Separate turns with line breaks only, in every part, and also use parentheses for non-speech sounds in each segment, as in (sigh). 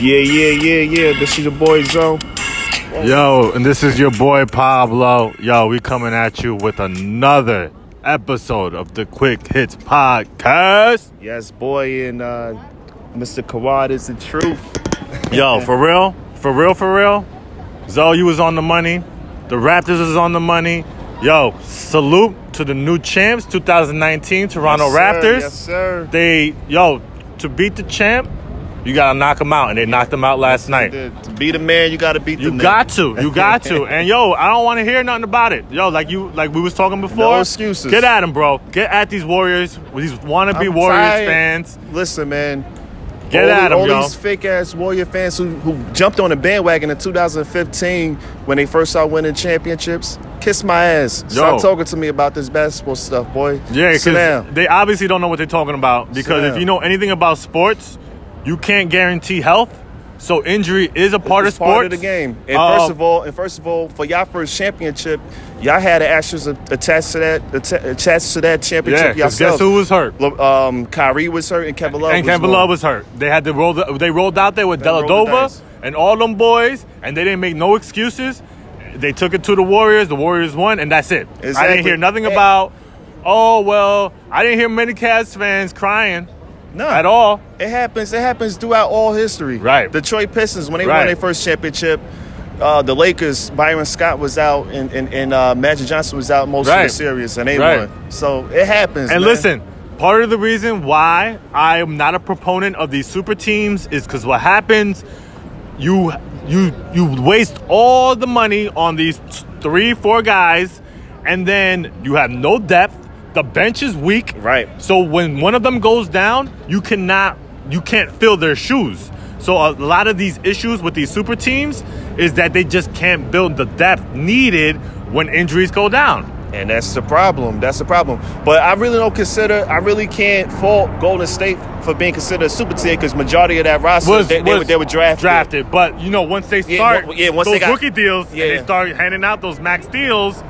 Yeah, yeah, yeah, yeah. This is your boy Zoe.
Yo, and this is your boy Pablo. Yo, we coming at you with another episode of the Quick Hits Podcast.
Yes, boy, and uh, Mr. Kawad is the truth.
Yo, for real, for real, for real. Zoe, you was on the money. The Raptors is on the money. Yo, salute to the new champs, 2019 Toronto
Yes, sir.
Raptors.
Yes, sir.
They, yo, to beat the champ, you gotta knock them out, and they knocked them out last night.
To be the man, you got to beat the
You
man.
got to,
(laughs)
you got to, and yo, I don't want to hear nothing about it. Yo, like you, like we was talking before.
excuses.
Get at them, bro. Get at these Warriors, these wannabe
I'm
Warriors
tired.
fans.
Listen, man.
Get
all,
at 'em,
all
yo.
these fake ass Warrior fans who, who jumped on the bandwagon in 2015 when they first started winning championships. Kiss my ass.
Yo.
Stop talking to me about this basketball stuff, boy.
Yeah,
Sit
because
down.
they obviously don't know what they're talking about. Because if
down.
you know anything about sports, you can't guarantee health. So injury is a part of
It's
sports.
part of the game. And
Uh,
first of all, and first of all, for y'all first championship, y'all had the ashes attached to that atta- attached to that
yeah.
championship
'cause guess
yourself.
who was hurt?
Lo- Um, Kyrie was hurt and Kevin Love
and
was
Kevin
gone.
Love was hurt. They had to roll. The, they rolled out there with
They rolled the
Deladova
dice.
and all them boys, and they didn't make no excuses. They took it to the Warriors. The Warriors won, and that's it. I
Exactly.
didn't hear nothing
And-
about. Oh well, I didn't hear many Cavs fans crying
no
at all.
It happens. It happens throughout all history.
Right.
Detroit Pistons when they
Right.
won their first championship. Uh, the Lakers, Byron Scott was out, and and, and uh, Magic Johnson was out most of
Right.
the series, and they
Right.
won. So it happens.
And
man.
listen, part of the reason why I am not a proponent of these super teams is because what happens, you you you waste all the money on these three four guys, and then you have no depth. The bench is weak.
Right.
So when one of them goes down, you cannot you can't fill their shoes. So a lot of these issues with these super teams is that they just can't build the depth needed when injuries go down.
And that's the problem. That's the problem. But I really don't consider. I really can't fault Golden State for being considered a super team because majority of that roster
was,
they, they,
was
were, they were drafted.
But you know, once they
Yeah,
start,
w- yeah, once
those
they got-
rookie deals,
Yeah.
and they start handing out those max deals.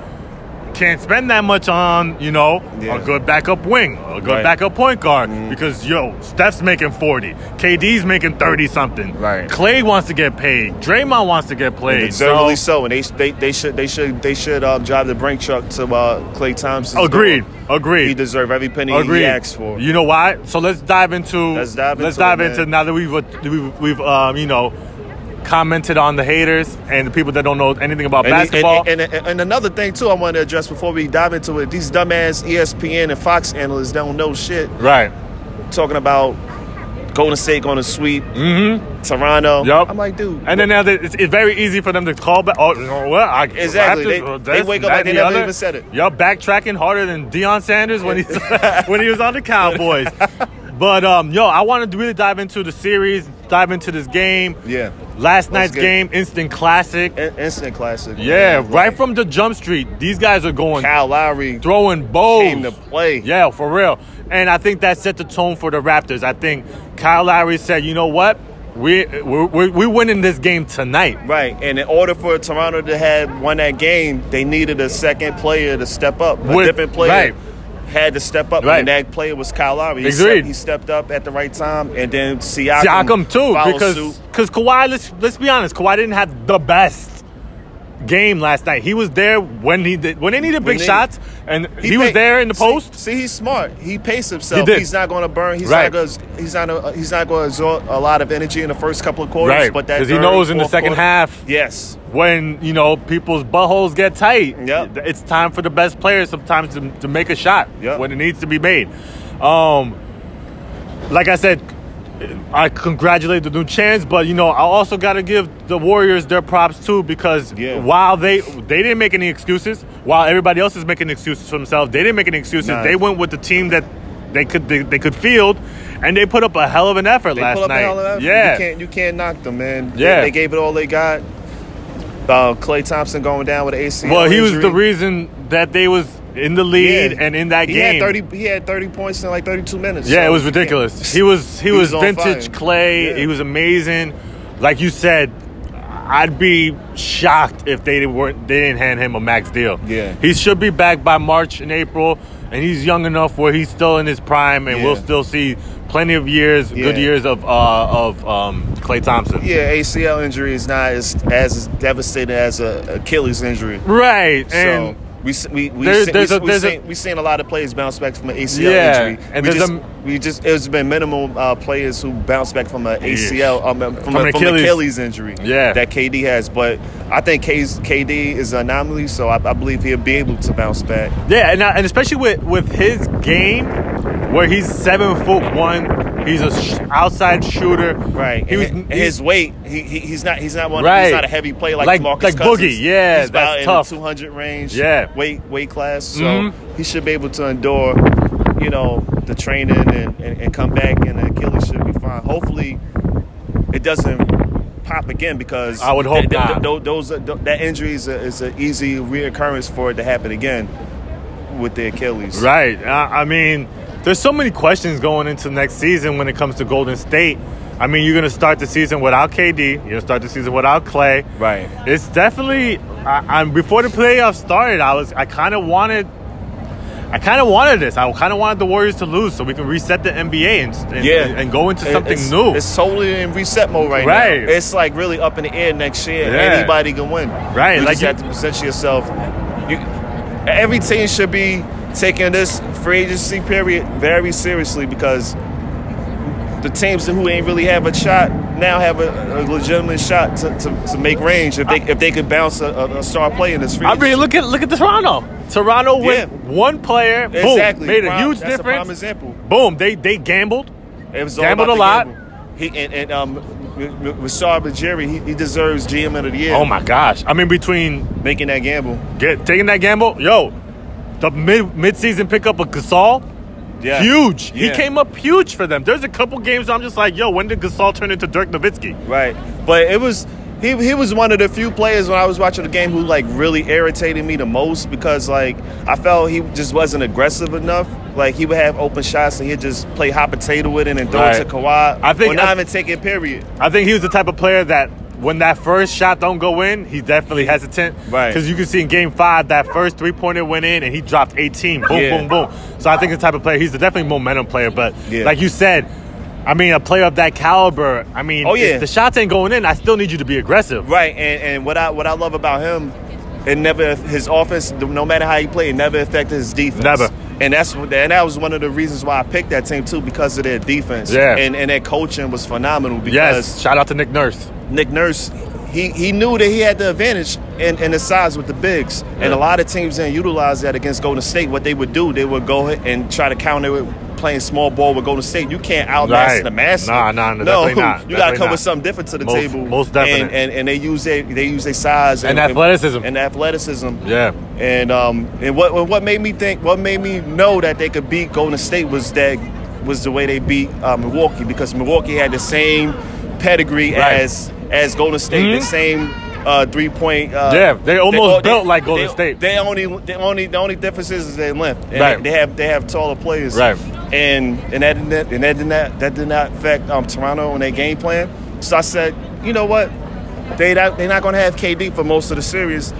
Can't spend that much on you know
Yeah.
a good backup wing, a good
Right. Mm-hmm.
backup point guard because yo Steph's making forty, KD's making thirty something,
Right.
Clay wants to get paid, Draymond wants to get
And
played.
Deservedly
So,
so, and they, they they should they should they should uh, drive the brink truck to uh, Clay Thompson.
agreed,
He
agreed.
deserved every penny
Agreed.
he asked for.
You know why? So let's dive into.
Let's dive
Let's
into
dive
it,
into
man.
now that we've we've, we've um, you know commented on the haters and the people that don't know anything about
And,
basketball.
And, and, and, and another thing too, I want to address before we dive into it. These dumbass E ESPN and Fox analysts don't know shit.
right.
Talking about Golden State going to sweep Toronto.
Mm-hmm. Yup.
I'm like, dude.
And then now that it's, it's very easy for them to call back. Oh, you know what? I,
Exactly. They-
or
they wake up
that,
like they
and the
never
other.
even said it.
Y'all backtracking harder than Deion
(laughs)
Sanders when he's when he (laughs) was on the Cowboys. but um, yo, I wanted to really dive into the series, dive into this game.
Yeah.
Last night's
get it.
game, instant classic.
In- instant classic.
Yeah,
man.
right from the jump street, these guys are going
Kyle Lowry
throwing bows.
came to play.
Yeah, for real. And I think that set the tone for the Raptors. I think Kyle Lowry said, you know what? We, we're, we're, we're winning this game tonight.
Right, and in order for Toronto to have won that game, they needed a second player to step up. A
With-
different player
right.
had to step up,
Right.
and that player was Kyle Lowry. He,
Agreed.
stepped, he stepped up at the right time, and then Siakam,
Siakam too,
followed
because
suit.
because Kawhi, let's let's be honest, Kawhi didn't have the best game last night. He was there when he did, when they needed
When
big
they-
shots, and he, was
pa-
there in the
see-
post.
See, he's smart. He paced himself.
He did.
He's not going to burn. He's
Right.
not going. He's not. A, he's not going to exert a lot of energy in the first couple of quarters.
Right,
but that
'cause he
third,
knows in the
fourth
second
quarter-
half-
Yes,
When you know people's buttholes get tight,
Yep.
it's time for the best players sometimes to, to make a shot
Yep.
when it needs to be made. Um, like I said, I congratulate the new chance, but you know I also got to give the Warriors their props too because
Yeah.
while they they didn't make any excuses, while everybody else is making excuses for themselves, they didn't make any excuses.
Nah.
They went with the team that they could they, they could field, and they put up a hell of an effort
They
last
pull up
night.
the hell out of
Yeah,
you can't you can't knock them, man. They-
Yeah.
they, gave it all they got. Uh, Clay Thompson going down with an ACL.
well he was
injury.
the reason that they was in the lead
Yeah.
and in that
he
game.
Had thirty, he had thirty points in like thirty-two minutes.
Yeah,
so
it was
you can't-
ridiculous. He was he,
He
was,
was on
vintage
fire.
Clay.
Yeah.
He was amazing. Like you said, I'd be shocked if they weren't they didn't hand him a max deal.
Yeah.
he should be back by March and April, and he's young enough where he's still in his prime, and
Yeah.
we'll still see plenty of years, good
Yeah.
years of uh, of um, Clay Thompson.
Yeah, ACL injury is not as as devastating as a Achilles injury.
Right.
So
And
we s- we we
There's-
see-
there's
we,
a- there's a-
seen, we seen a lot of players bounce back from an ACL
Yeah,
injury.
and
we
there's
just,
a-
we just it's been minimal uh, players who bounce back from an ACL um, from, a,
an
from an
Achilles.
Achilles injury.
Yeah.
that KD has, but I think K's, KD is an anomaly, so I, I believe he'll be able to bounce back.
yeah, and, I- and especially with with his game, where he's seven foot one, he's a sh- outside shooter.
Right,
He was
and
he-
his weight. He, he he's not he's not one.
Right.
He's not a heavy player like
Like-
Marcus
like
Cousins.
Boogie, yeah,
he's about
that's
in
tough.
the two hundred range.
Yeah.
weight weight class. So
Mhm.
he should be able to endure, you know, the training and, and, and come back, and the Achilles should be fine. Hopefully, it doesn't pop again because
I would hope
that, that-
not.
tho- those are- tho- that injury is a, is an easy reoccurrence for it to happen again with the Achilles.
Right. I, I mean, there's so many questions going into next season when it comes to Golden State. I mean, you're going to start the season without KD. You're going to start the season without Clay.
Right.
It's definitely. I, I'm before the playoffs started. I was. I kind of wanted. I kind of wanted this. I kind of wanted the Warriors to lose so we can reset the NBA and and,
Yeah.
and go into
It-
something
it's,
new.
It's totally in reset mode right,
Right.
now. It's like really up in the air next year.
Yeah.
Anybody can win.
Right,
You
like
just
you-
have to present yourself. You, every team should be taking this free agency period very seriously because the teams who ain't really have a shot now have a, a legitimate shot to, to, to make range if they if they could bounce a, a, a star player in this free
I mean,
agency.
look at look at Toronto. Toronto with
Yeah.
one player, boom,
Exactly.
made a
Prime-
huge
that's a prime
difference.
example.
Boom, they they gambled.
It was all
Gambled
about
a
the
lot.
gamble. He and, and um, Rashard Jerry, he, he deserves GM of the year.
Oh my gosh! I mean, between
making that gamble.
Get taking that gamble, yo. The mid mid season pickup of Gasol,
Yeah.
huge. He
Yeah.
came up huge for them. There's a couple games I'm just like, yo, when did Gasol turn into Dirk Nowitzki?
Right. But it was he he was one of the few players when I was watching the game who like really irritated me the most because like I felt he just wasn't aggressive enough. Like he would have open shots and he'd just play hot potato with it and throw
Right.
it to Kawhi.
I think-
or not
I-
even take it. Period.
I think he was the type of player that when that first shot don't go in, he's definitely hesitant.
Right.
Because you can see in game five that first three pointer went in and he dropped 18. Boom,
Yeah.
boom, boom. So I think the type of player he's definitely a momentum player. But
Yeah.
like you said, I mean a player of that caliber. I mean,
Oh,
if
yeah.
the shots ain't going in. I still need you to be aggressive.
Right. And and what I what I love about him, it never his offense. No matter how he played, it never affected his defense.
Never.
And that's what- and that was one of the reasons why I picked that team too because of their defense.
Yeah.
And and their coaching was phenomenal because.
Yes. Shout out to Nick Nurse.
Nick Nurse, he, he knew that he had the advantage in, in the size with the bigs. And
Yeah.
a lot of teams didn't utilize that against Golden State. What they would do, they would go ahead and try to counter it playing small ball with Golden State. You can't outmaster
Right.
the master.
Nah, nah,
no,
definitely
(laughs)
not.
You got
Definitely
to come
not.
with something different to the
Most-
table.
most definite.
And, and, and they use their they use their size
And athleticism.
And athleticism.
Yeah.
And um and what what made me think what made me know that they could beat Golden State was that was the way they beat uh, Milwaukee because Milwaukee had the same pedigree
Right.
as as Golden State
Mhm.
the same uh, three point uh,
Yeah, they almost built like Golden
they-
State.
They only they only the only difference is, is they length. And
Right.
They have they have taller players.
Right.
And and that did not, and that did not that did not affect um, Toronto and their game plan. So I said, you know what, they not, they're not going to have KD for most of the series.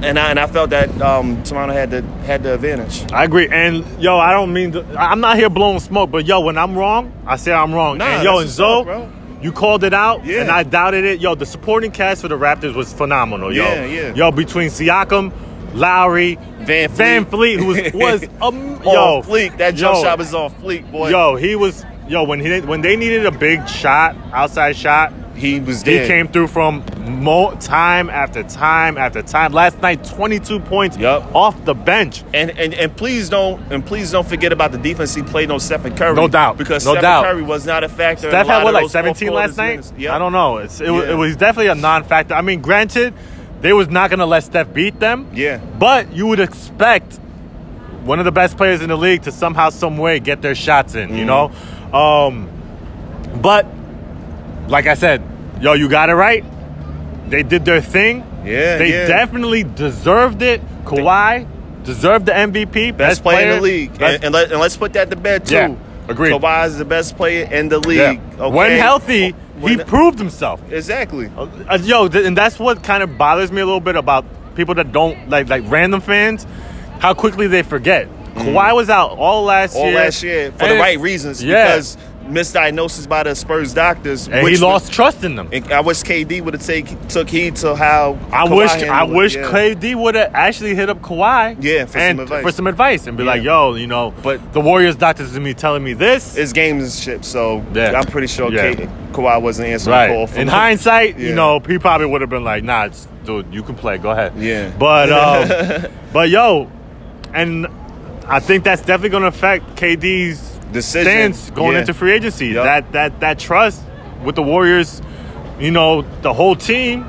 And I and I felt that um, Toronto had the had the advantage.
I agree, and yo, I don't mean to, I- I'm not here blowing smoke, but yo, when I'm wrong, I say I'm wrong.
Nah,
and yo,
that's
and
what's
Zoe,
up, bro.
you called it out,
Yeah.
and I doubted it. Yo, the supporting cast for the Raptors was phenomenal. Yo,
Yeah, yeah.
yo, between Siakam, Lowry,
Van Fleet.
Van Fleet, who
(laughs)
was was um, yo
on fleek, that jump
yo,
shot was on fleek, boy.
Yo, he was yo when he when they needed a big shot, outside shot,
he was
he
there.
came through from mo- time after time after time. Last night, 22 points
Yup.
off the bench.
And, and and please don't and please don't forget about the defense he played on Stephen Curry.
No doubt.
because
No
Stephen
doubt.
Curry was not a factor. in a lot
Steph had
of
what, like
those fourth
17 last
quarters
night?
minutes. Yep.
I don't know. It's, it, wa-
Yeah.
it was definitely a non-factor. I mean, granted, they was not going to let Steph beat them.
Yeah.
But you would expect one of the best players in the league to somehow, some way get their shots in. You
Mm.
know, um, but like I said, yo, you got it right. They did their thing.
Yeah,
They
yeah.
definitely deserved it. Kawhi deserved the MVP.
Best
Best,
player in the league,
Best-
and, and let, and let's put that to bed too.
Yeah, agreed.
Kawhi is the best player in the league.
yeah.
Okay?
When healthy,
When-
he proved himself.
exactly.
Uh, yo, th- and that's what kind of bothers me a little bit about people that don't like like random fans, how quickly they forget. Kawhi was out all last
Mm-hmm. all
year.
last year for
And
the
it-
right reasons
Yeah.
because misdiagnosis by the Spurs doctors.
And he
which-
lost trust in them.
And I wish KD would have take took heed to how
I
Kawhi
wish
handled
I
it,
wish
yeah.
KD would have actually hit up Kawhi.
Yeah, for some
and
advice.
for some advice and be like,
Yeah.
yo, you know,
But-
but the Warriors doctors to me telling me this.
It's games and shit, so
Yeah.
I'm pretty sure
Yeah.
K- Kawhi wasn't answering the call.
right.
for
In hindsight,
Yeah.
you know, he probably would have been like, nah, it's, dude, you can play. Go ahead.
Yeah. (laughs)
But um, but yo, and I think that's definitely gonna affect KD's
Decision,
stance going
yeah.
into free agency.
Yup.
That that that trust with the Warriors, you know, the whole team.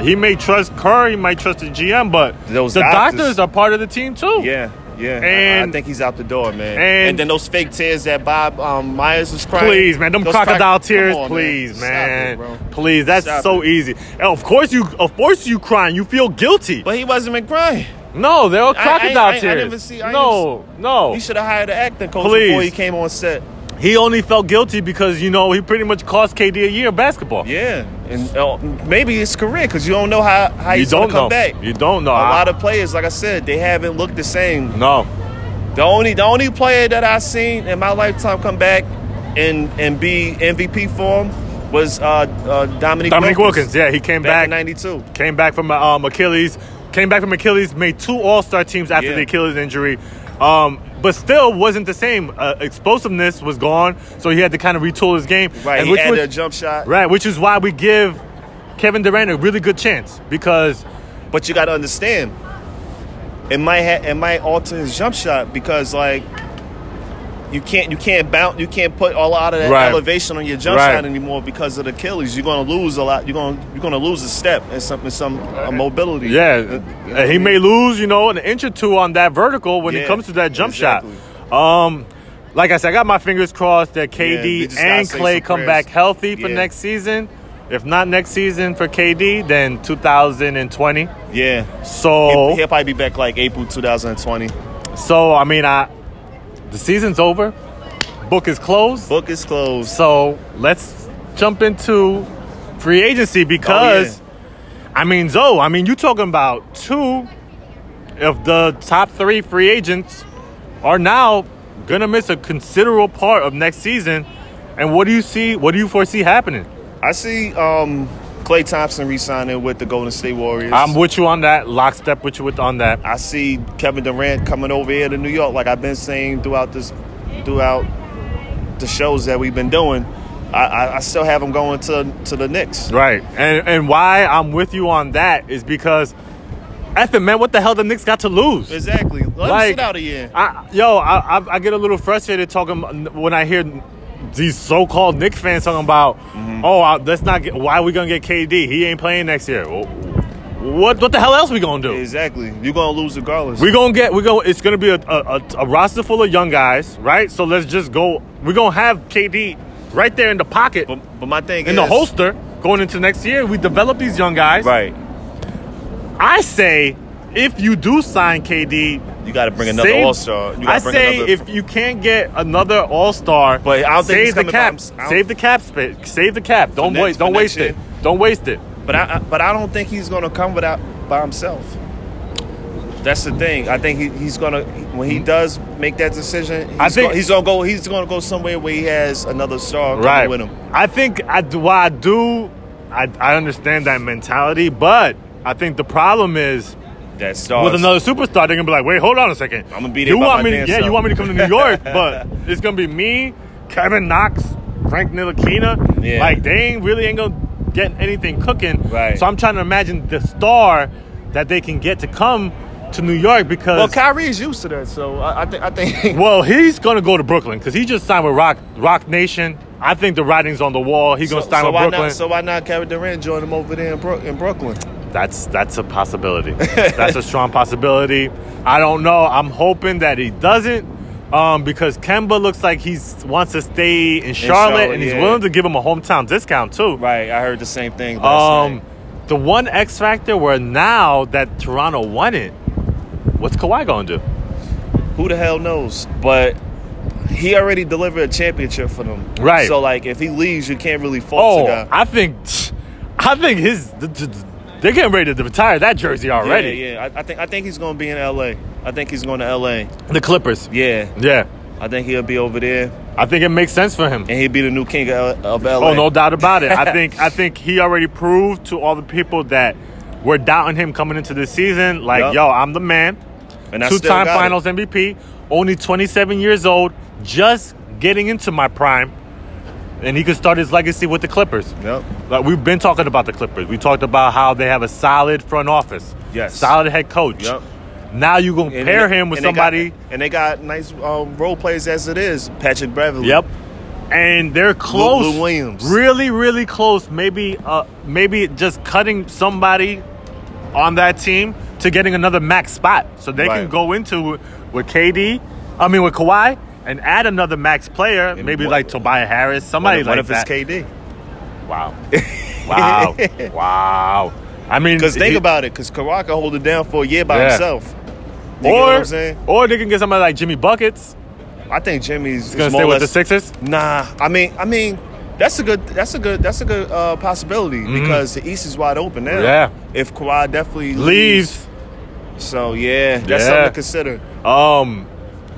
He may trust Curry, he might trust the GM, but
Those
the
doctors-
doctors, are part of the team too.
Yeah, yeah. I- I,
And-
think he's out the door, man. And,
and-
then those fake tears that Bob um, Myers was crying.
Please, man, them
Those
crocodile
crack-
tears,
Come on,
please,
Stop
man.
it, bro.
please, that's
Stop
so easy. And of course you, of course you crying. You feel guilty.
But he wasn't even crying.
no, they're all
I- I-
crocodile
I- I
tears.
never see- I
no, no.
He should have hired an acting coach
Oh. Please.
before he came on set.
He only felt guilty because you know he pretty much cost KD a year of basketball.
Yeah, and uh, maybe his career because you don't know how how
you
he's
don't
gonna come
know.
back.
You don't
a
know.
lot of players, like I said, they haven't looked the same.
no.
The only the only player that I seen in my lifetime come back and and be MVP for him was uh, uh, Dominic
Dominic Wilkins. Yeah, he came
back
back.
in '92.
came back from um, Achilles. Came back from Achilles. Made two All Star teams after
Yeah.
the Achilles injury. Um, but still wasn't the same. Uh, explosiveness was gone, so he had to kind of retool his game.
Right,
And
he
which
added a
was-
jump shot.
Right, which is why we give Kevin Durant a really good chance because
But you got to understand, it might ha- it might alter his jump shot because like you can't you can't bounce you can't put a lot of that
Right.
elevation on your jump
Right.
shot anymore because of the Achilles. You're gonna lose a lot. You're gonna you're gonna lose a step and some and some uh, mobility.
yeah, uh, he may lose you know an inch or two on that vertical when
Yeah,
it comes to that jump
exactly.
shot. Um, like I said, I got my fingers crossed that
we
KD
just gotta
and
say
Clay
some
come
prayers.
back healthy for
Yeah.
next season. If not next season for KD, then 2020.
yeah.
So,
He'll, he'll probably be back like April 2020.
so I mean, I the season's over, book is closed.
Book is closed.
So let's jump into free agency because I mean Zoe, I mean you talking about two of the top three free agents are now gonna miss a considerable part of next season. And what do you see what do you foresee happening?
I see um, Clay Thompson re-signing with the Golden State Warriors.
I'm with you on that, lockstep with you with on that.
I see Kevin Durant coming over here to New York, like I've been saying throughout this, throughout the shows that we've been doing. I, I, I still have him going to to the Knicks.
Right. And and why I'm with you on that is because Ethan, man, what the hell the Knicks got to lose?
Exactly. Let him sit out of here.
I, yo, I, I, I get a little frustrated talking when I hear these so-called Knicks fans talking about,
Mm-hmm.
oh, I, let's not get. Why we gonna get KD? He ain't playing next year. Wh- What what the hell else we gonna do?
exactly. You're gonna lose regardless.
We gonna get. We gonna. It's gonna be a, a, a, a roster full of young guys, right? So let's just go. We are gonna have KD right there in the pocket,
but, but my thing
in
is
the holster, going into next year. We develop these young guys.
Right.
I say, if you do sign KD,
You got to bring another
Save-
All Star.
I say if you can't get another All Star,
But I don't think he's
save the
coming
cap.
by himself.
Save the cap space. Save the cap. Don't
next-
waste.
for
Don't
next
waste
year.
it. Don't waste it.
But I, I- but I don't think he's gonna come without by himself. That's the thing. I think he, he's gonna when he does make that decision. He's
I think-
gonna, he's gonna go. He's gonna go somewhere where he has another star coming
Right.
with him.
I think I do. Why I do. I, I understand that mentality, but I think the problem is
That star
with another superstar, they're gonna be like, wait, hold on a second.
I'ma be there
You
by
want
my
me? To,
damn
yeah,
self."
you want me to come to New York,
(laughs)
but it's gonna be me, Kevin Knox, Frank Nilakina.
Yeah.
Like they ain't really ain't gonna get anything cooking.
Right.
So I'm trying to imagine the star that they can get to come to New York
Well,
because well,
Kyrie's used to that, so I, I think I (laughs) think
he's gonna go to Brooklyn because he just signed with Rock Rock Nation. I think the writing's on the wall. He's gonna
so,
sign
so
with
why
Brooklyn.
not? So why not Kevin Durant join him over there in, Brook in Brooklyn?
That's that's a
(laughs)
possibility. that's a strong possibility. I don't know. I'm hoping that he doesn't, um, because Kemba looks like he wants to stay in Charlotte,
Charlotte,
and he's
yeah.
willing to give him a hometown discount too.
Right, I heard the same thing.
Um, the one X factor where now that Toronto won it, what's Kawhi going to do?
who the hell knows? But he already delivered a championship for them.
Right.
So like, if he leaves, you can't really fault
Oh,
the guy.
I think, I think his the, the, They're getting ready to retire that jersey already.
Yeah, yeah. I, I think I think he's gonna be in L.A. I think he's going to L.A.
The Clippers.
Yeah,
Yeah.
I think he'll be over there,
I think it makes sense for him.
and he'll be the new king of, of L.A.
Oh, no doubt about it.
(laughs)
I think I think he already proved to all the people that were doubting him coming into this season. Like,
Yup.
yo, I'm the man.
And I still
Two-time
got it.
Finals MVP. Only 27 years old. Just getting into my prime, and he could start his legacy with the Clippers.
Yep.
Like we've been talking about the Clippers. We talked about how they have a solid front office.
Yes.
Solid head coach.
Yep.
Now you gonna
And
pair
they-
him with
and they got-
somebody.
and they got nice um, role players as it is. Patrick Beverly.
Yep. And they're close.
Lou Williams.
Really, really close. Maybe uh maybe just cutting somebody on that team to getting another max spot. So they can
Right.
go into it with KD, I mean with Kawhi and add another max player, maybe
what-
like Tobiah Harris,
What,
somebody
if-
like
what if it's
that.
KD? (laughs)
Wow. wow. Wow. I mean,
Because think
he-
about it. Because Karaka hold it down for a year by
Yeah.
himself. You
or,
get what I'm saying?
or they can get somebody like Jimmy Buckets.
I think Jimmy's is
Gonna
more
stay
or
with the
less-
Sixers.
Nah, I mean, I mean, that's a good, that's a good, that's a good uh, possibility because the East is wide open now.
Mm-hmm. Yeah.
If Kawhi definitely
Leaves.
so yeah, that's
Yeah.
something to consider.
Um,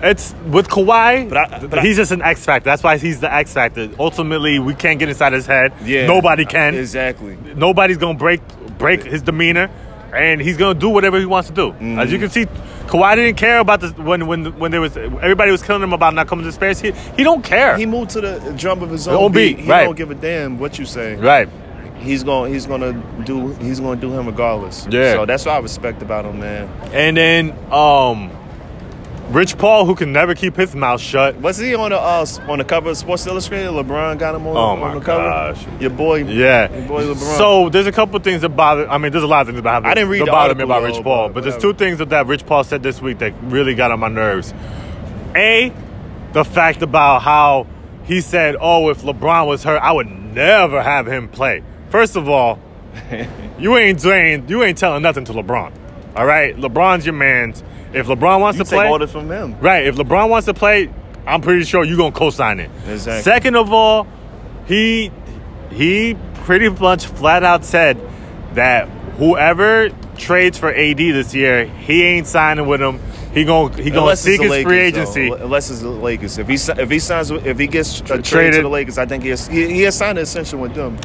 it's with Kawhi.
But I- but I-
he's just an X factor. That's why he's the X factor. Ultimately, we can't get inside his head.
Yeah.
Nobody can.
Exactly.
Nobody's gonna break break his demeanor, and he's gonna do whatever he wants to do. As
Mm.
you can see, Kawhi didn't care about this when when when there was everybody was killing him about not coming to space. He he don't care.
He moved to the drum of his
His
own,
own beat,
beat. He
right.
don't give a damn what you say.
right.
He's gonna he's gonna do he's gonna do him regardless.
Yeah.
So that's what I respect about him, man.
And then um, Rich Paul, who can never keep his mouth shut.
Was he on the uh, on the cover of Sports Illustrated? LeBron got him on,
Oh
on
my
the cover.
gosh.
Your boy.
Yeah.
Your boy LeBron.
So there's a couple things that bother. I mean, there's a lot of things that bother.
I didn't read
that
the
bother me
article,
about Rich
though,
Paul,
but
but there's
whatever.
two things that, that Rich Paul said this week that really got on my nerves. A, the fact about how he said, "Oh, if LeBron was hurt, I would never have him play." First
(laughs)
of all, you ain't doing, you ain't telling nothing to LeBron. All right, LeBron's your man's. If LeBron wants
you
to
take
play,
orders from him.
Right. If LeBron wants to play, I'm pretty sure you're gonna co-sign it.
Exactly.
Second of all, he he pretty much flat out said that whoever trades for AD this year, he ain't signing with him. He gonna he gonna
Unless it's
seek
the
his
Lakers,
free
though.
agency.
Unless it's the Lakers, if he si- if he signs with- if he gets a trade to
traded.
the Lakers, I think he has, he, he has signed an extension with them.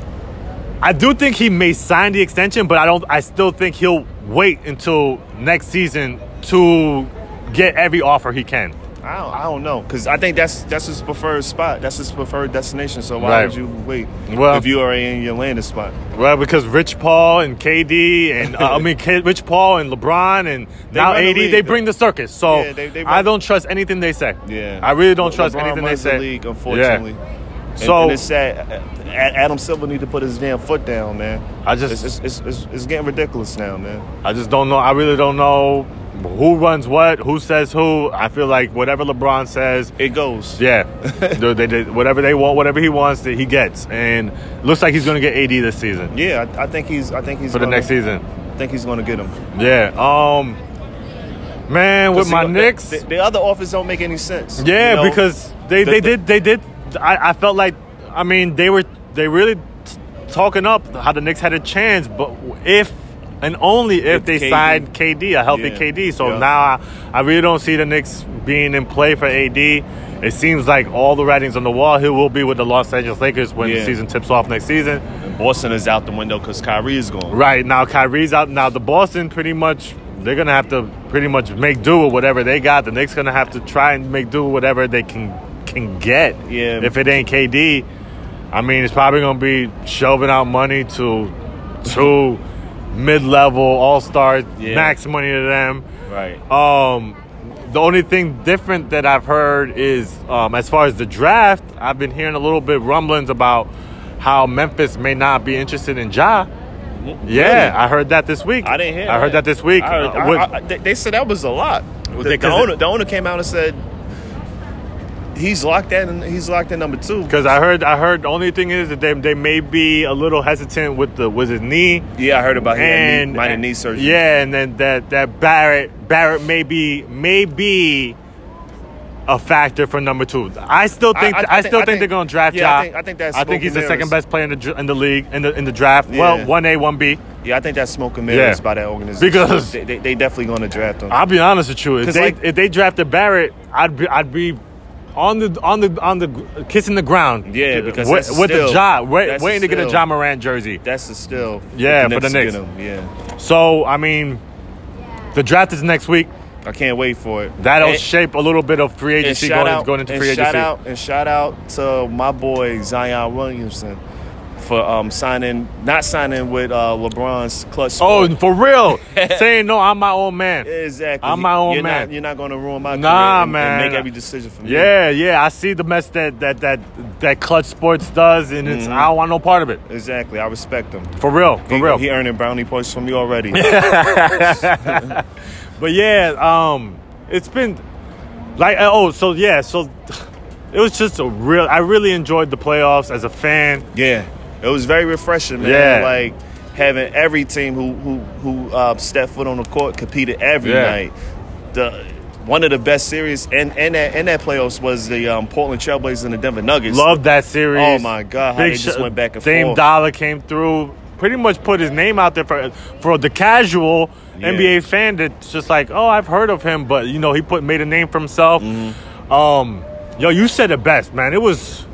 I do think he may sign the extension, but I don't. I still think he'll wait until next season to get every offer he can.
I don't, I don't know because I think that's that's his preferred spot. That's his preferred destination. So why
Right.
would you wait
Well-
if you are in your landing spot?
Well, because Rich Paul and KD and uh, I
(laughs)
mean K- Rich Paul and LeBron and now
run the
AD,
league,
they
though.
bring the circus. So
Yeah, they- they run-
I don't trust anything they say.
Yeah,
I really don't
Le-
trust
LeBron
anything they
runs the
say.
league, unfortunately.
Yeah.
And,
So-
and it's sad. A- Adam Silver need to put his damn foot down, man.
I just-
it's it's, it's, it's, it's getting ridiculous now, man.
I just don't know. I really don't know who runs what, who says who. I feel like whatever LeBron says,
It goes. (laughs)
yeah, they, they, they, whatever they want, whatever he wants, that he gets. And looks like he's gonna get AD this season
Yeah, I, I think he's. I think he's
for the
gonna-
next season.
I think he's going to get him.
Yeah. Um. Man, with
See,
my
the-
Knicks.
the, the other offers don't make any sense.
Yeah,
you know?
because they,
The-
they
the-
did they did. I, I felt like I mean they were they really t- talking up how the Knicks had a chance, but if and only if
With
they
KD.
signed KD a healthy
Yeah.
KD. So
Yeah.
now I, I really don't see the Knicks being in play for AD. It seems like all the writings on the wall. He will be with the Los Angeles Lakers when the
Yeah.
season tips off next season.
Boston is out the window because Kyrie is gone.
Right now, Kyrie's out. Now the Boston pretty much they're gonna have to pretty much make do with whatever they got. The Knicks gonna have to try and make do with whatever they can can get.
Yeah.
If it ain't KD, I mean it's probably gonna be shelving out money to two (laughs) mid level all stars,
Yeah.
max money to them.
Right.
Um, the only thing different that I've heard is um, as far as the draft, I've been hearing a little bit rumblings about how Memphis may not be interested in Ja. Yeah,
Really?
I heard that this week.
I didn't hear.
I heard that this week.
I heard-
Uh,
I-
with-
I- I- they, they said that was a lot. The, the
because-
owner, the owner came out and said he's locked in. He's locked in number two.
because I heard, I heard. The only thing is that they, they may be a little hesitant with the with his knee
Yeah, I heard about he had
and
knee, minor knee surgery.
Yeah, and then that that Barrett Barrett may be may be a factor for number two. I still think I,
I- I think-
still
I
think, they're
think-
gonna draft.
yeah, I
Ja.
think- I think that's
I think
smoke
he's
and
the second
mirrors.
best player in the dr- in the league in the in the draft.
Yeah.
Well, one A, one B.
Yeah, I think that's smoke and mirrors
Yeah.
by that organization
Because-
they, they, they definitely going to draft him.
I'll be honest with you. If
'Cause,
they,
like-
if they drafted Barrett, I'd be I'd be on the on the on the kissing the ground.
Yeah, because
with,
that's a
with the
steal.
job, wait,
That's a
waiting to get a
steal.
John Moran jersey.
that's a still.
Yeah, for the
Knicks
Knicks.
get him, Yeah,
So I mean, the draft is next week.
I can't wait for it.
That'll
And-
shape a little bit of free
and
agency
shout
going,
out
going into
and
free agency.
shout out and shout out to my boy Zion Williamson for um, signing, not signing with uh, LeBron's clutch.
oh,
sport.
and
(laughs)
for real, saying no, I'm my own man.
exactly.
I'm my own
you're
man.
Not, you're not going to ruin my
Nah,
career and-
man.
And make every decision for me.
Yeah, yeah, I see the mess that that that that Clutch Sports does, and it's I don't want no part of it.
exactly. I respect him.
For real, for
Mm-hmm. He,
real.
he earning brownie points from me
(laughs)
already.
But yeah, um, it's been like uh, oh, so yeah, so (sighs) it was just a real. I really enjoyed the playoffs as a fan.
Yeah, it was very refreshing, man.
Yeah.
Like having every team who who who uh, stepped foot on the court competed every
Yeah.
night. The one of the best series and and that and that playoffs was the um, Portland Trailblazers and the Denver Nuggets.
Love that series.
Oh my God, how they just
Sha-
went back and
Dame
forth.
Dollar came through, pretty much put his name out there for for the casual
Yeah.
NBA fan that's just like, oh, I've heard of him, but you know, he put made a name for himself.
Mm-hmm.
Um, yo, you said it best, man. It was.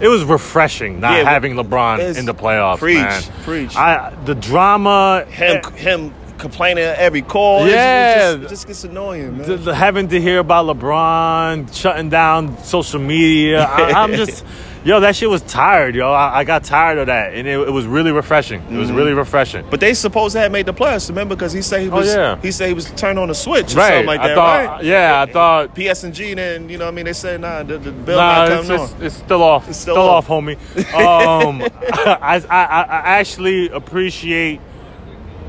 It was refreshing not
Yeah, but
having LeBron
it's-
in the playoffs,
preach,
man.
preach.
I, the drama,
him him complaining at every call. It's-
Yeah.
it's just, it just gets annoying, man.
the, the- having to hear about LeBron shutting down social media.
(laughs)
I, I'm just, yo, that shit was tired, yo. I, I got tired of that, and it, it was really refreshing. It was really refreshing.
Mm-hmm. but they supposed to have made the playoffs, remember? Because he said he was
Oh, yeah.
he said he was turned on a switch or
Right?
something like
I
that,
thought,
right?
yeah, I thought.
PSG, then you know, what I mean, they said nah, the, the bill
Nah,
not
it's,
coming
it's,
on.
it's still off.
It's
still,
still (laughs)
off. homie. Um, (laughs) I, I, I I actually appreciate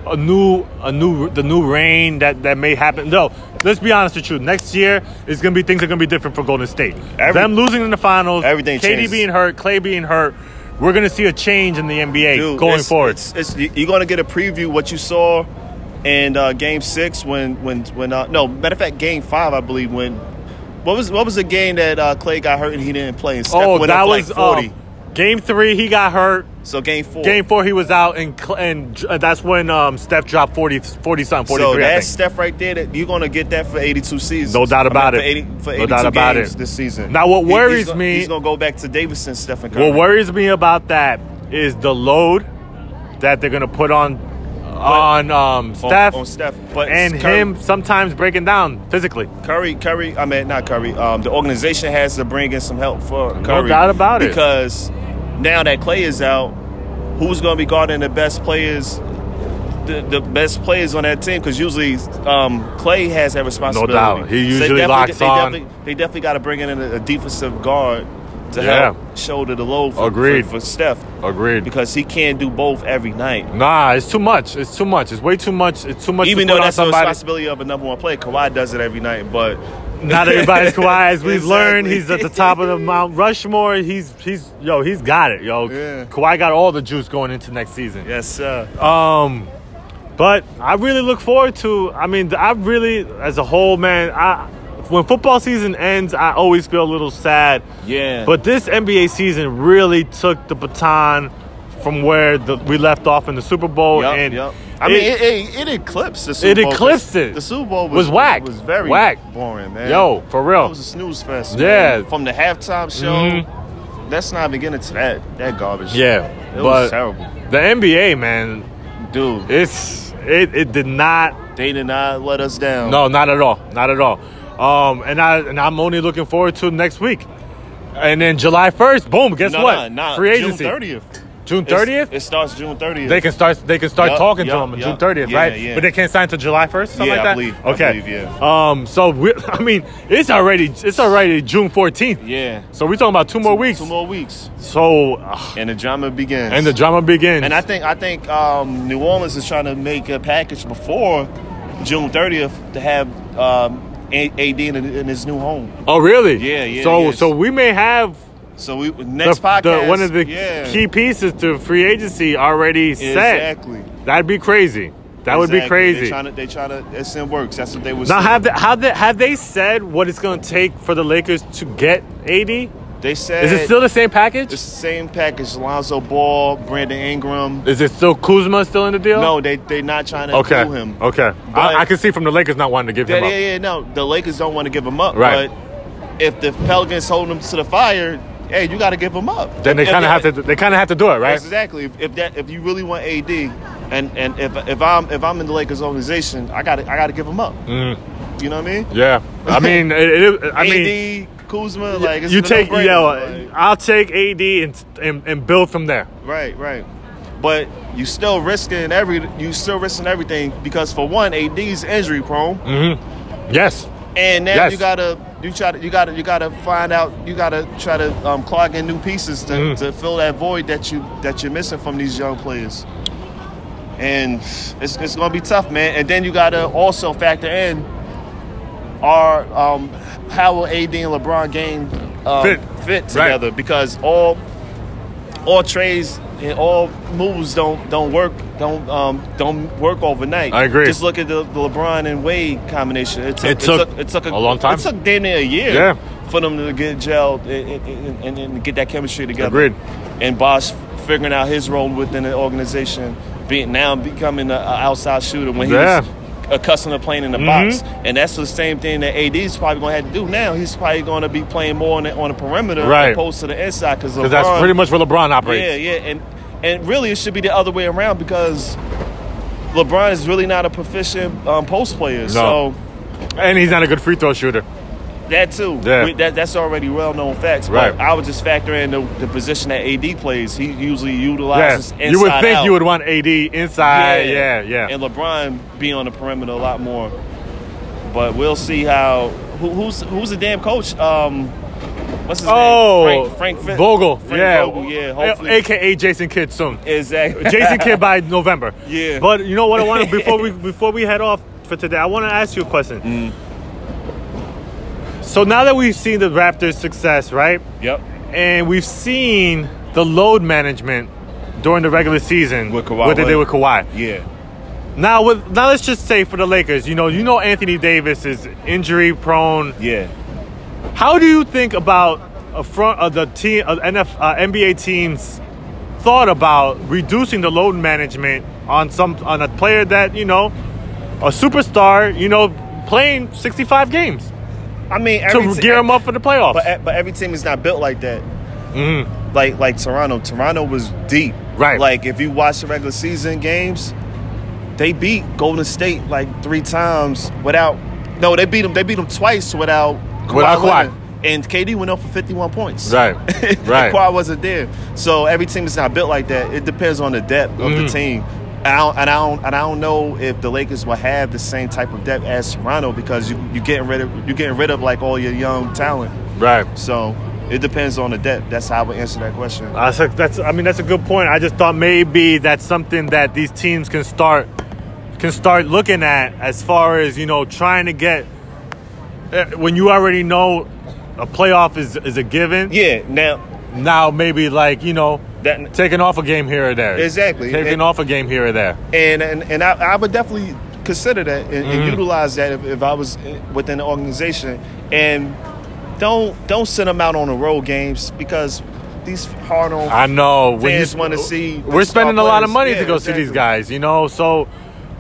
a new a new the new rain that that may happen. No, let's be honest with you. Next year is gonna be things are gonna be different for Golden State.
Every-
Them losing in the finals,
Everything
KD
changes.
being hurt, Clay being hurt. We're gonna see a change in the NBA
Dude,
going
it's-
forward.
It's, it's, you- you're going to get a preview what you saw in uh, Game Six when when when uh, no matter of fact Game Five I believe when what was what was the game that uh, Clay got hurt and he didn't play and Steph
oh,
went
that
up
was
like forty. Oh.
um, game three. He got hurt.
so Game Four.
Game four, he was out, and Cl- and uh, that's when um, Steph dropped 40, 40 something, forty three.
So
I
that
think.
Steph right there, that you're going to get that for 82 seasons.
No doubt
I mean,
about it.
For, 80, for
No
82
doubt about
games
it.
this season.
Now, what
He- he's
worries
gonna-
me-
he's going to go back to Davidson, Steph, and Curry.
What worries me about that is the load that they're gonna put on on um,
on,
Steph,
on Steph, but
and
Curry-
him sometimes breaking down physically.
Curry, Curry, I mean not Curry. Um, the organization has to bring in some help for Curry.
doubt about it.
because now that Clay is out, who's going to be guarding the best players, the, the best players on that team? Because usually um, Clay has that responsibility.
doubt. He
So they
usually
definitely-
locks
they
on.
Definitely, they definitely got to bring in a, a defensive guard to
Yeah.
help shoulder the load. For,
Agreed.
For, for Steph,
Agreed.
because he can't do both every night.
Nah, it's too much. It's too much. It's way too much. It's too much.
Even though
to put on
that's the
somebody.
responsibility of a number one player, Kawhi does it every night. But
(laughs) Not everybody's Kawhi. As
(laughs)
we've
Exactly.
learned, he's at the top of the Mount Rushmore. He's he's yo, he's got it, yo.
Yeah.
Kawhi got all the juice going into next season.
yes, sir.
Um, but I really look forward to. I mean, I really, as a whole, man. I when football season ends, I always feel a little sad.
Yeah.
But this NBA season really took the baton from where the, we left off in the Super Bowl,
Yup,
and
yup. I mean, it, it, it eclipsed the Super
It
Bowl. 'cause
eclipsed it.
The Super Bowl
Was
was,
whack.
Was very
Whack.
boring, man.
yo, for
that
real,
was a snooze fest.
Yeah. Mm-hmm.
man. from the halftime show. That's not even getting to that that garbage.
yeah.
it
but
was terrible,
the NBA, man,
dude.
it's it, it did not
They did not let us down.
No, not at all. Not at all. Um, and I and I'm only looking forward to next week. And then July 1st, boom, guess
no,
what?
no, no.
Free agency.
June thirtieth.
June 30th?
It starts June thirtieth.
they can start they can start
Yup,
talking to
yup,
them on
yup.
June 30th,
Yeah,
right?
yeah.
But they can't sign to July 1st, something
Yeah,
like
I
that.
believe- I
okay.
believe,
yeah. Um so we (laughs) I mean, it's already it's already June 14th.
Yeah,
So we're talking about two more weeks.
two more weeks,
So ugh,
and the drama begins.
and the drama begins.
And I think I think um, New Orleans is trying to make a package before June 30th to have um, A- AD in, in his new home.
Oh, really?
Yeah, yeah,
So
yeah.
so we may have
So we next
the- the-
podcast
one of the
yeah,
key pieces to free agency already set.
exactly.
That'd be crazy. That would be
They
crazy.
trying to they trying to it's in works. That's what they was
Now have they, have they have they said what it's going to take for the Lakers to get AD?
They said
Is it still the same package?
the same package? Alonzo Ball, Brandon Ingram.
Is it still Kuzma still in the deal?
No, they they not trying to
Okay.
do him.
Okay.
But-
I, I can see from the Lakers not wanting to give
Yeah,
him up.
yeah, yeah. No, the Lakers don't want to give him up.
Right.
But if the Pelicans hold him to the fire, hey, you got to give him up.
Then they
If- if
kind of have to. They kind of have to do it, right?
That's exactly. If, if that if you really want AD, and and if if I'm if I'm in the Lakers organization, I got to I got to give him up. You know what I mean?
Yeah. I mean, it, it, Mm.
(laughs)
I mean,
AD Kuzma, like it's
you
a
take
no-brainer,
yeah.
like,
I'll take AD and, and and build from there.
right, right. But you still risking every you still risking everything because for one, AD's injury prone,
Yes.
and now
Yes.
you gotta you try to you gotta you gotta find out you gotta try to um, clog in new pieces to,
Mm-hmm.
to fill that void that you that you're missing from these young players. And it's, it's gonna be tough, man. And then you gotta also factor in are um, how will AD and LeBron game um,
Fit.
fit together because all all trades and all moves don't don't work don't um, don't work overnight.
I agree.
Just look at the, the LeBron and Wade combination. It took
It
it
took
took, it took a,
a long time.
It took damn near a year
Yeah.
for them to get gelled and, and, and, and get that chemistry together.
Agreed.
And Bosch figuring out his role within the organization, being now becoming an outside shooter when he
Yeah. Mm-hmm.
was accustomed to playing in the box, and that's the same thing that AD is probably going to have to do now. He's probably going to be playing more on the, on the perimeter
Right.
as opposed to the inside because
Because that's pretty much where LeBron operates.
yeah, yeah, and and really it should be the other way around because LeBron is really not a proficient um, post player.
No.
So
And he's not a good free throw shooter.
that too,
Yeah.
we, that, that's already well known facts.
Right.
But I would just factor in the, the position that AD plays. He usually utilizes
Yes.
inside
You would think
out.
you would want AD inside. Yeah. Yeah.
And LeBron be on the perimeter a lot more. But we'll see how. Who, who's who's the damn coach? Um, what's his name?
oh,
Frank, Frank Fit-
Vogel.
Frank
yeah.
Vogel. Yeah. Hopefully.
AKA Jason Kidd soon.
exactly. (laughs)
Jason Kidd by November.
Yeah.
But you know what I
(laughs)
want to before we before we head off for today, I want to ask you a question.
Mm.
So now that we've seen the Raptors' success, right,
Yep.
and we've seen the load management during the regular season,
With Kawhi
what they did with
Leonard.
Kawhi.
Yeah.
Now, with now, let's just say for the Lakers, you know, you know, Anthony Davis is injury prone.
Yeah.
How do you think about a front of the team, of NF, uh, NBA teams thought about reducing the load management on some on a player that you know, a superstar, you know, playing sixty five games
I mean,
to
every te-
gear him up for the playoffs?
But but every team is not built like that. Like like Toronto, Toronto was deep.
Mm-hmm. Right.
Like if you watch the regular season games, they beat Golden State like three times without. No, they beat them. They beat them twice without Kawhi
Without Kawhi.
Leonard. And KD went up for fifty-one points.
right,
(laughs) And Kawhi wasn't there. So every team is not built like that. It depends on the depth of
Mm-hmm.
the team. And I, don't, and, I don't, and I don't know if the Lakers will have the same type of depth as Toronto because you you getting rid of you getting rid of like all your young talent.
right.
So it depends on the depth. That's how I would answer that question.
Uh, so that's I mean that's a good point. I just thought maybe that's something that these teams can start can start looking at as far as you know trying to get uh, when you already know a playoff is is a given.
Yeah. Now
Now maybe like you know
that
taking off a game here or there.
Exactly.
Taking
And-
off a game here or there.
and and, and I, I would definitely consider that and, and utilize that if, if I was within the organization. And don't don't send them out on the road games because these hard on
I know. When
Fans wanna see
We're
star
spending a lot of
players.
money
Yeah,
to go see these
exactly.
guys, you know. So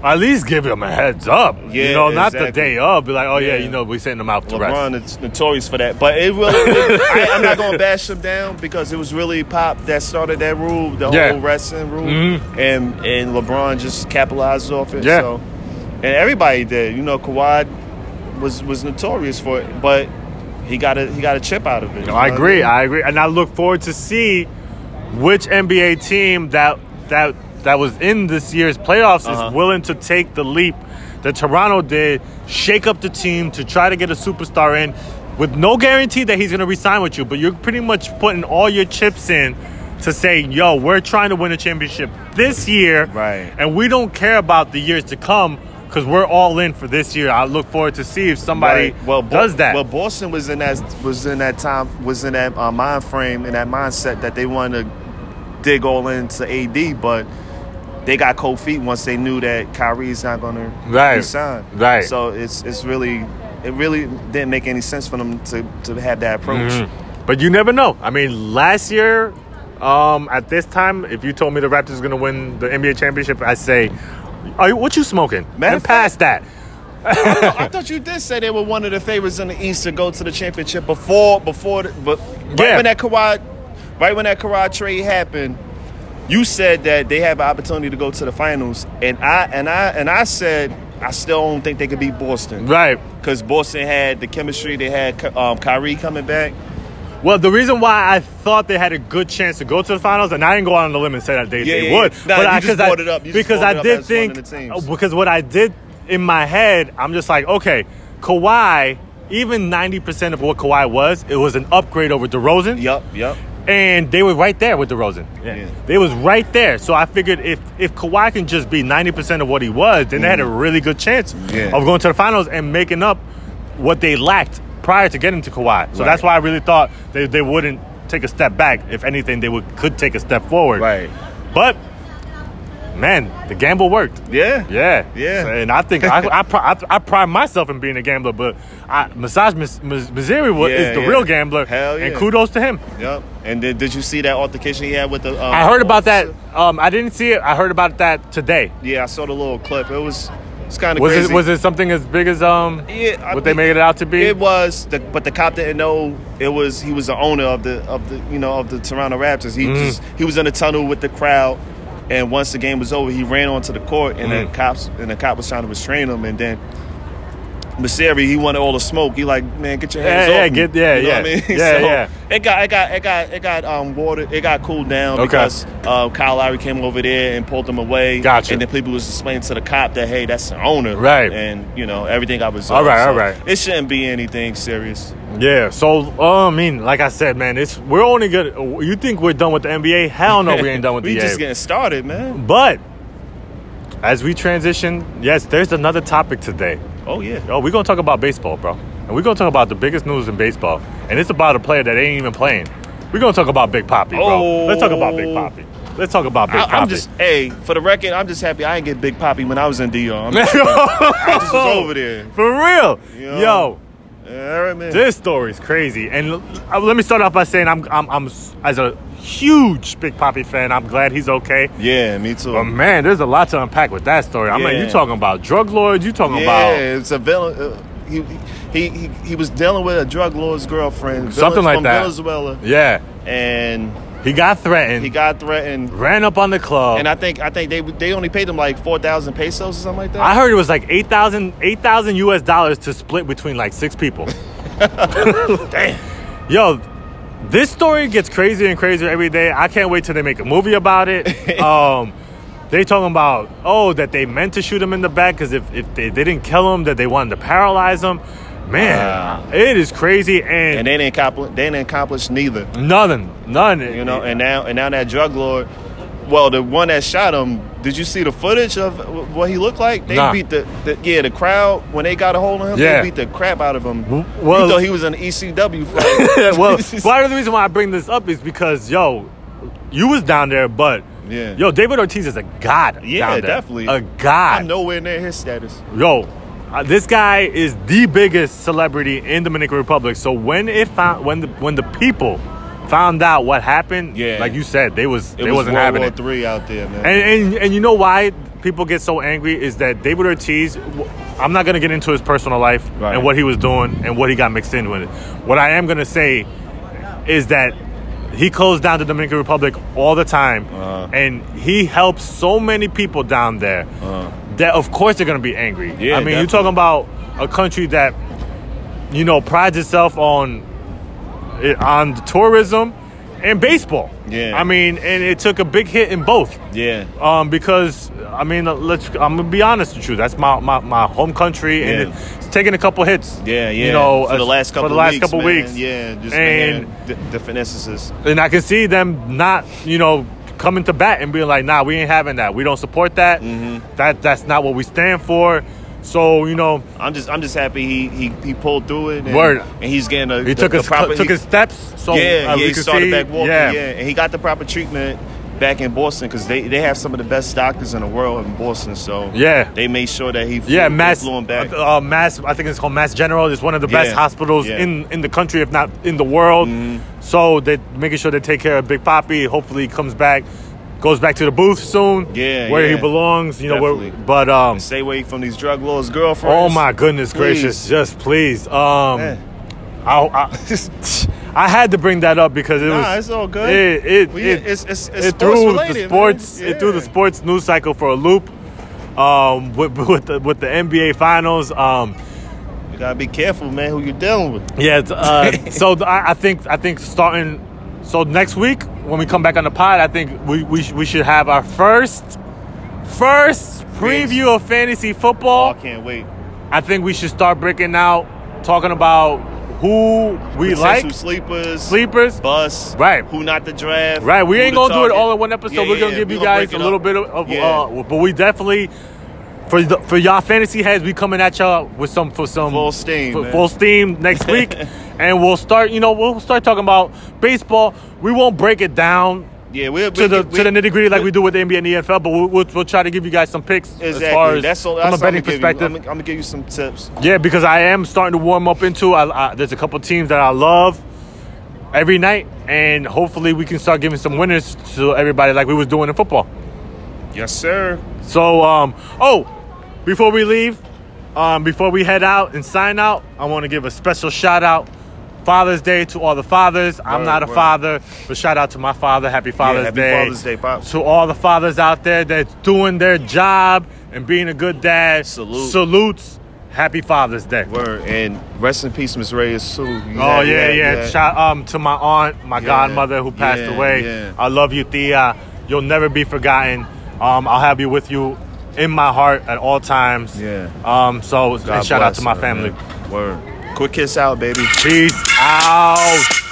at least give them a heads up. you
Yeah,
know, not the
exactly.
day of. Be like, oh yeah,
Yeah.
you know, we sending them out to rest.
LeBron is notorious for that, but it really,
(laughs)
I, I'm not gonna bash him down because it was really Pop that started that rule, the
Yeah. Mm-hmm.
whole wrestling rule, and and LeBron just capitalized off it.
Yeah.
So, and everybody did. You know, Kawhi was was notorious for it, but he got a he got a chip out of it. you know
I
what
agree.
mean?
I agree, and I look forward to see which NBA team that that that was in this year's playoffs
Uh-huh.
is willing to take the leap that Toronto did, shake up the team to try to get a superstar in, with no guarantee that he's going to resign with you. But you're pretty much putting all your chips in to say, "Yo, we're trying to win a championship this year,
Right.
And we don't care about the years to come." Because we're all in for this year. I look forward to see if somebody
Right.
well,
Bo-
does that.
Well, Boston was in that was in that time was in that uh, mind frame and that mindset that they wanted to dig all into AD, but they got cold feet once they knew that Kyrie's not going to
Right.
resign.
Right. Mm-hmm.
So it's it's really it really didn't make any sense for them to to have that approach.
Mm. But you never know. I mean, last year, um, at this time, if you told me the Raptors are going to win the NBA championship, I say, are you, what you smoking?
Matter of
and past that.
I thought you did say they were one of the favorites in the East to go to the championship before before the, but right
Yeah.
when that Kawhi right when that Kawhi trade happened, you said that they have an opportunity to go to the finals, and I and I and I said I still don't think they could beat Boston
Right.
because Boston had the chemistry. They had um, Kyrie coming back.
Well, the reason why I thought they had a good chance to go to the finals, and I didn't go out on the limb and say that they,
Yeah,
they
yeah, yeah.
would,
Nah, you
I,
just
'cause I-
brought it up. You just
because
brought it
I
up
did
as one of the
think
teams.
because what I did in my head, I'm just like, okay, Kawhi, even 90 percent of what Kawhi was, it was an upgrade over DeRozan,
Yup, yup.
and they were right there with DeRozan.
Yeah.
They was right there, so I figured if if Kawhi can just be 90 percent of what he was, then they had a really good chance
Mm-hmm. Yeah.
of going to the finals and making up what they lacked prior to getting to Kawhi. So
Right.
that's why I really thought they, they wouldn't take a step back. If anything, they would could take a step forward.
Right.
But man, the gamble worked.
Yeah.
Yeah,
Yeah.
So, and I think I I, pri- I I pride myself in being a gambler, but I, Massage Mis- Mis- Missouri wa-
Yeah,
is the
yeah.
real gambler.
Hell
And
yeah.
kudos to him.
Yep. And then did you see that altercation he had with the? Um,
I heard about that.
officer?
Um, I didn't see it. I heard about that today.
Yeah, I saw the little clip. It was it's kind of
Was
crazy.
it was it something as big as um
Yeah, I
what they
mean,
made it out to be?
It was, the, but the cop didn't know it was. He was the owner of the of the you know of the Toronto Raptors.
Mm.
He just he was in the tunnel with the crowd, and once the game was over, he ran onto the court, and
Mm.
the cops and the cop was trying to restrain him, and then. Maseri, he wanted all the smoke. He like, man, get your
Yeah,
hands
yeah,
off me."
get- yeah,
you know
yeah.
what I mean? (laughs)
Yeah,
so
yeah.
It got, it got, it got, it got um watered. It got cooled down
Okay.
because uh, Kyle Lowry came over there and pulled them away.
Gotcha.
And then people was explaining to the cop that, hey, that's the owner,
Right.
And you know everything got resolved.
All right, all right.
It shouldn't be anything serious.
yeah. So uh, I mean, like I said, man, it's we're only good. You think we're done with the NBA? Hell no, we ain't done with
(laughs) we
the
just
NBA.
getting started, man.
but as we transition, yes, there's another topic today.
Oh yeah.
Yo, we're gonna talk about baseball, bro. And we're gonna talk about the biggest news in baseball. And it's about a player that ain't even playing. We're gonna talk about Big Poppy, bro. Let's talk about Big
Oh.
Poppy. Let's talk about Big
I,
Poppy.
I'm
(laughs)
just hey for the record. I'm just happy I didn't get Big Poppy when I was in DR. I'm just, I just was
oh.
over there.
For real.
Yo.
Yo,
All right, man.
this story's crazy. And l- uh, let me start off by saying I'm, I'm, I'm, s- as a huge Big Poppy fan, I'm glad he's okay.
yeah, me too.
But man, there's a lot to unpack with that story. I mean,
Yeah.
you talking about drug lords, you talking
yeah,
about
it's a villain. Uh, he, he he he was dealing with a drug lord's girlfriend,
Something
villain-
like
from
that.
Venezuela,
yeah.
and
He got threatened,
he got threatened.
ran up on the club.
And I think I think they they only paid him like four thousand pesos or something like that.
I heard it was like 8,000 8,000 US dollars to split between like six people.
Damn.
Yo, this story gets crazier and crazier every day. I can't wait till they make a movie about
(laughs)
it. um, they talking about oh that they meant to shoot him in the back because if, if they, they didn't kill him that they wanted to paralyze him. Man, it is crazy and,
And they didn't accomplish they didn't accomplish neither.
nothing, none.
You know, and now and now that drug lord, well, the one that shot him. Did you see the footage of wh- what he looked like? They
Nah.
beat the, the yeah the crowd when they got a hold of him.
Yeah.
they beat the crap out of him.
W- well-
you thought he was an E
(laughs)
ECW fight. (laughs)
well, part of the reason why I bring this up is because yo, you was down there, but
Yeah.
yo, David Ortiz is a god.
Yeah,
down there.
definitely.
a god.
I'm nowhere near his status.
Yo, uh, this guy is the biggest celebrity in Dominican Republic. So when it found when the when the people found out what happened,
Yeah.
like you said, they was
It
they
was
wasn't
World
having
War
it.
Three out there, man.
And, and and you know why people get so angry is that David Ortiz. w- I'm not gonna get into his personal life
Right.
and what he was doing and what he got mixed in with. it. What I am gonna say is that he closed down the Dominican Republic all the time,
Uh-huh.
and he helps so many people down there that of course they're gonna be angry.
Uh-huh. Yeah,
I mean, you're
definitely.
talking about a country that you know prides itself on eh, on tourism and baseball.
Yeah.
I mean, and it took a big hit in both.
yeah,
Um, because I mean, uh, let's. I'm gonna be honest with you. That's my my, my home country, and
Yeah.
it's taking a couple hits.
yeah, yeah.
You know,
for the
as-
last couple
for the last
weeks,
couple
man.
weeks.
yeah, just
and
and the, the finesses.
and I can see them not, you know, coming to bat and being like, "Nah, we ain't having that. We don't support that.
Mm-hmm.
That that's not what we stand for." So you know,
I'm just I'm just happy he he, he pulled through it. And,
Word.
and he's getting a
he
the,
took
the
his
proper
took
he-
his steps. So
yeah,
uh,
yeah,
we
he
can
started
see-
back walking. Yeah.
Yeah.
and he got the proper treatment. back in Boston because they, they have some of the best doctors in the world in Boston. So
Yeah.
they made sure that he flew,
Yeah,
he
Mass.
flew him back.
Uh, uh, Mass. I think it's called Mass General. It's one of the best
Yeah,
hospitals
yeah. Mm-hmm.
in in the country, if not in the world. So they're making sure they take care of Big Poppy. Hopefully, he comes back, goes back to the booth soon.
Yeah,
where
yeah.
he belongs. You know where.
Definitely.
But um,
Stay away from these drug lords, girlfriends.
oh my goodness
Please.
gracious, just please. Um,
Man.
I, I I (laughs) had to bring that up because it
Nah,
was
it's all good.
It it,
We-
it,
it's, it's, it's
it
sports
threw
related,
the
man.
sports it threw
Yeah.
the sports news cycle for a loop um with (laughs) with the, with the NBA finals um
You gotta be careful, man, who you're dealing with.
yeah it's, uh, so th- I, I think I think starting so next week when we come back on the pod I think we we, sh- we should have our first first preview of fantasy
Oh, I
football
can't wait.
I think we should start breaking out talking about who we
Potential
like
sleepers,
sleepers
bus,
Right.
Who not the draft,
Right, we
who
ain't
to
gonna do it
target.
all in one episode.
Yeah,
We're gonna
yeah,
give
we
you
gonna
guys
break
a
it
little
up.
bit of, of
Yeah.
uh, but we definitely for the, for y'all fantasy heads, we coming at y'all with some for some
Full steam,
fu-
man.
full steam next
(laughs)
week, and we'll start. You know, we'll start talking about baseball. We won't break it down
yeah, we'll,
to the
we,
to the nitty gritty like we do with the NBA and the NFL, but we'll, we'll, we'll try to give you guys some picks
Exactly.
as far as
that's all.
from a
That's
betting
I'm
perspective.
gonna, I'm gonna give you some tips.
Yeah, because I am starting to warm up into. I, I, there's a couple teams that I love every night, and hopefully we can start giving some winners to everybody like we was doing in football.
Yes, sir.
So, um, oh, before we leave, um, before we head out and sign out, I want to give a special shout out. Father's Day to all the fathers. I'm
Word,
not a
word.
father, but shout out to my father. Happy Father's
happy
Day.
Father's Day, Pops.
To all the fathers out there that's doing their job and being a good dad.
Salute.
Salutes. Happy Father's Day.
Word and rest in peace, Miss Reyes Sue.
Oh yeah, yeah. Shout um to my aunt, my
Yeah.
godmother who passed
Yeah,
away.
yeah.
I love you, Thea. You'll never be forgotten. Um, I'll have you with you in my heart at all times.
Yeah.
Um. So
God
and shout out
bless
to my
her,
family.
man. Word. Quick kiss out, baby.
Peace out.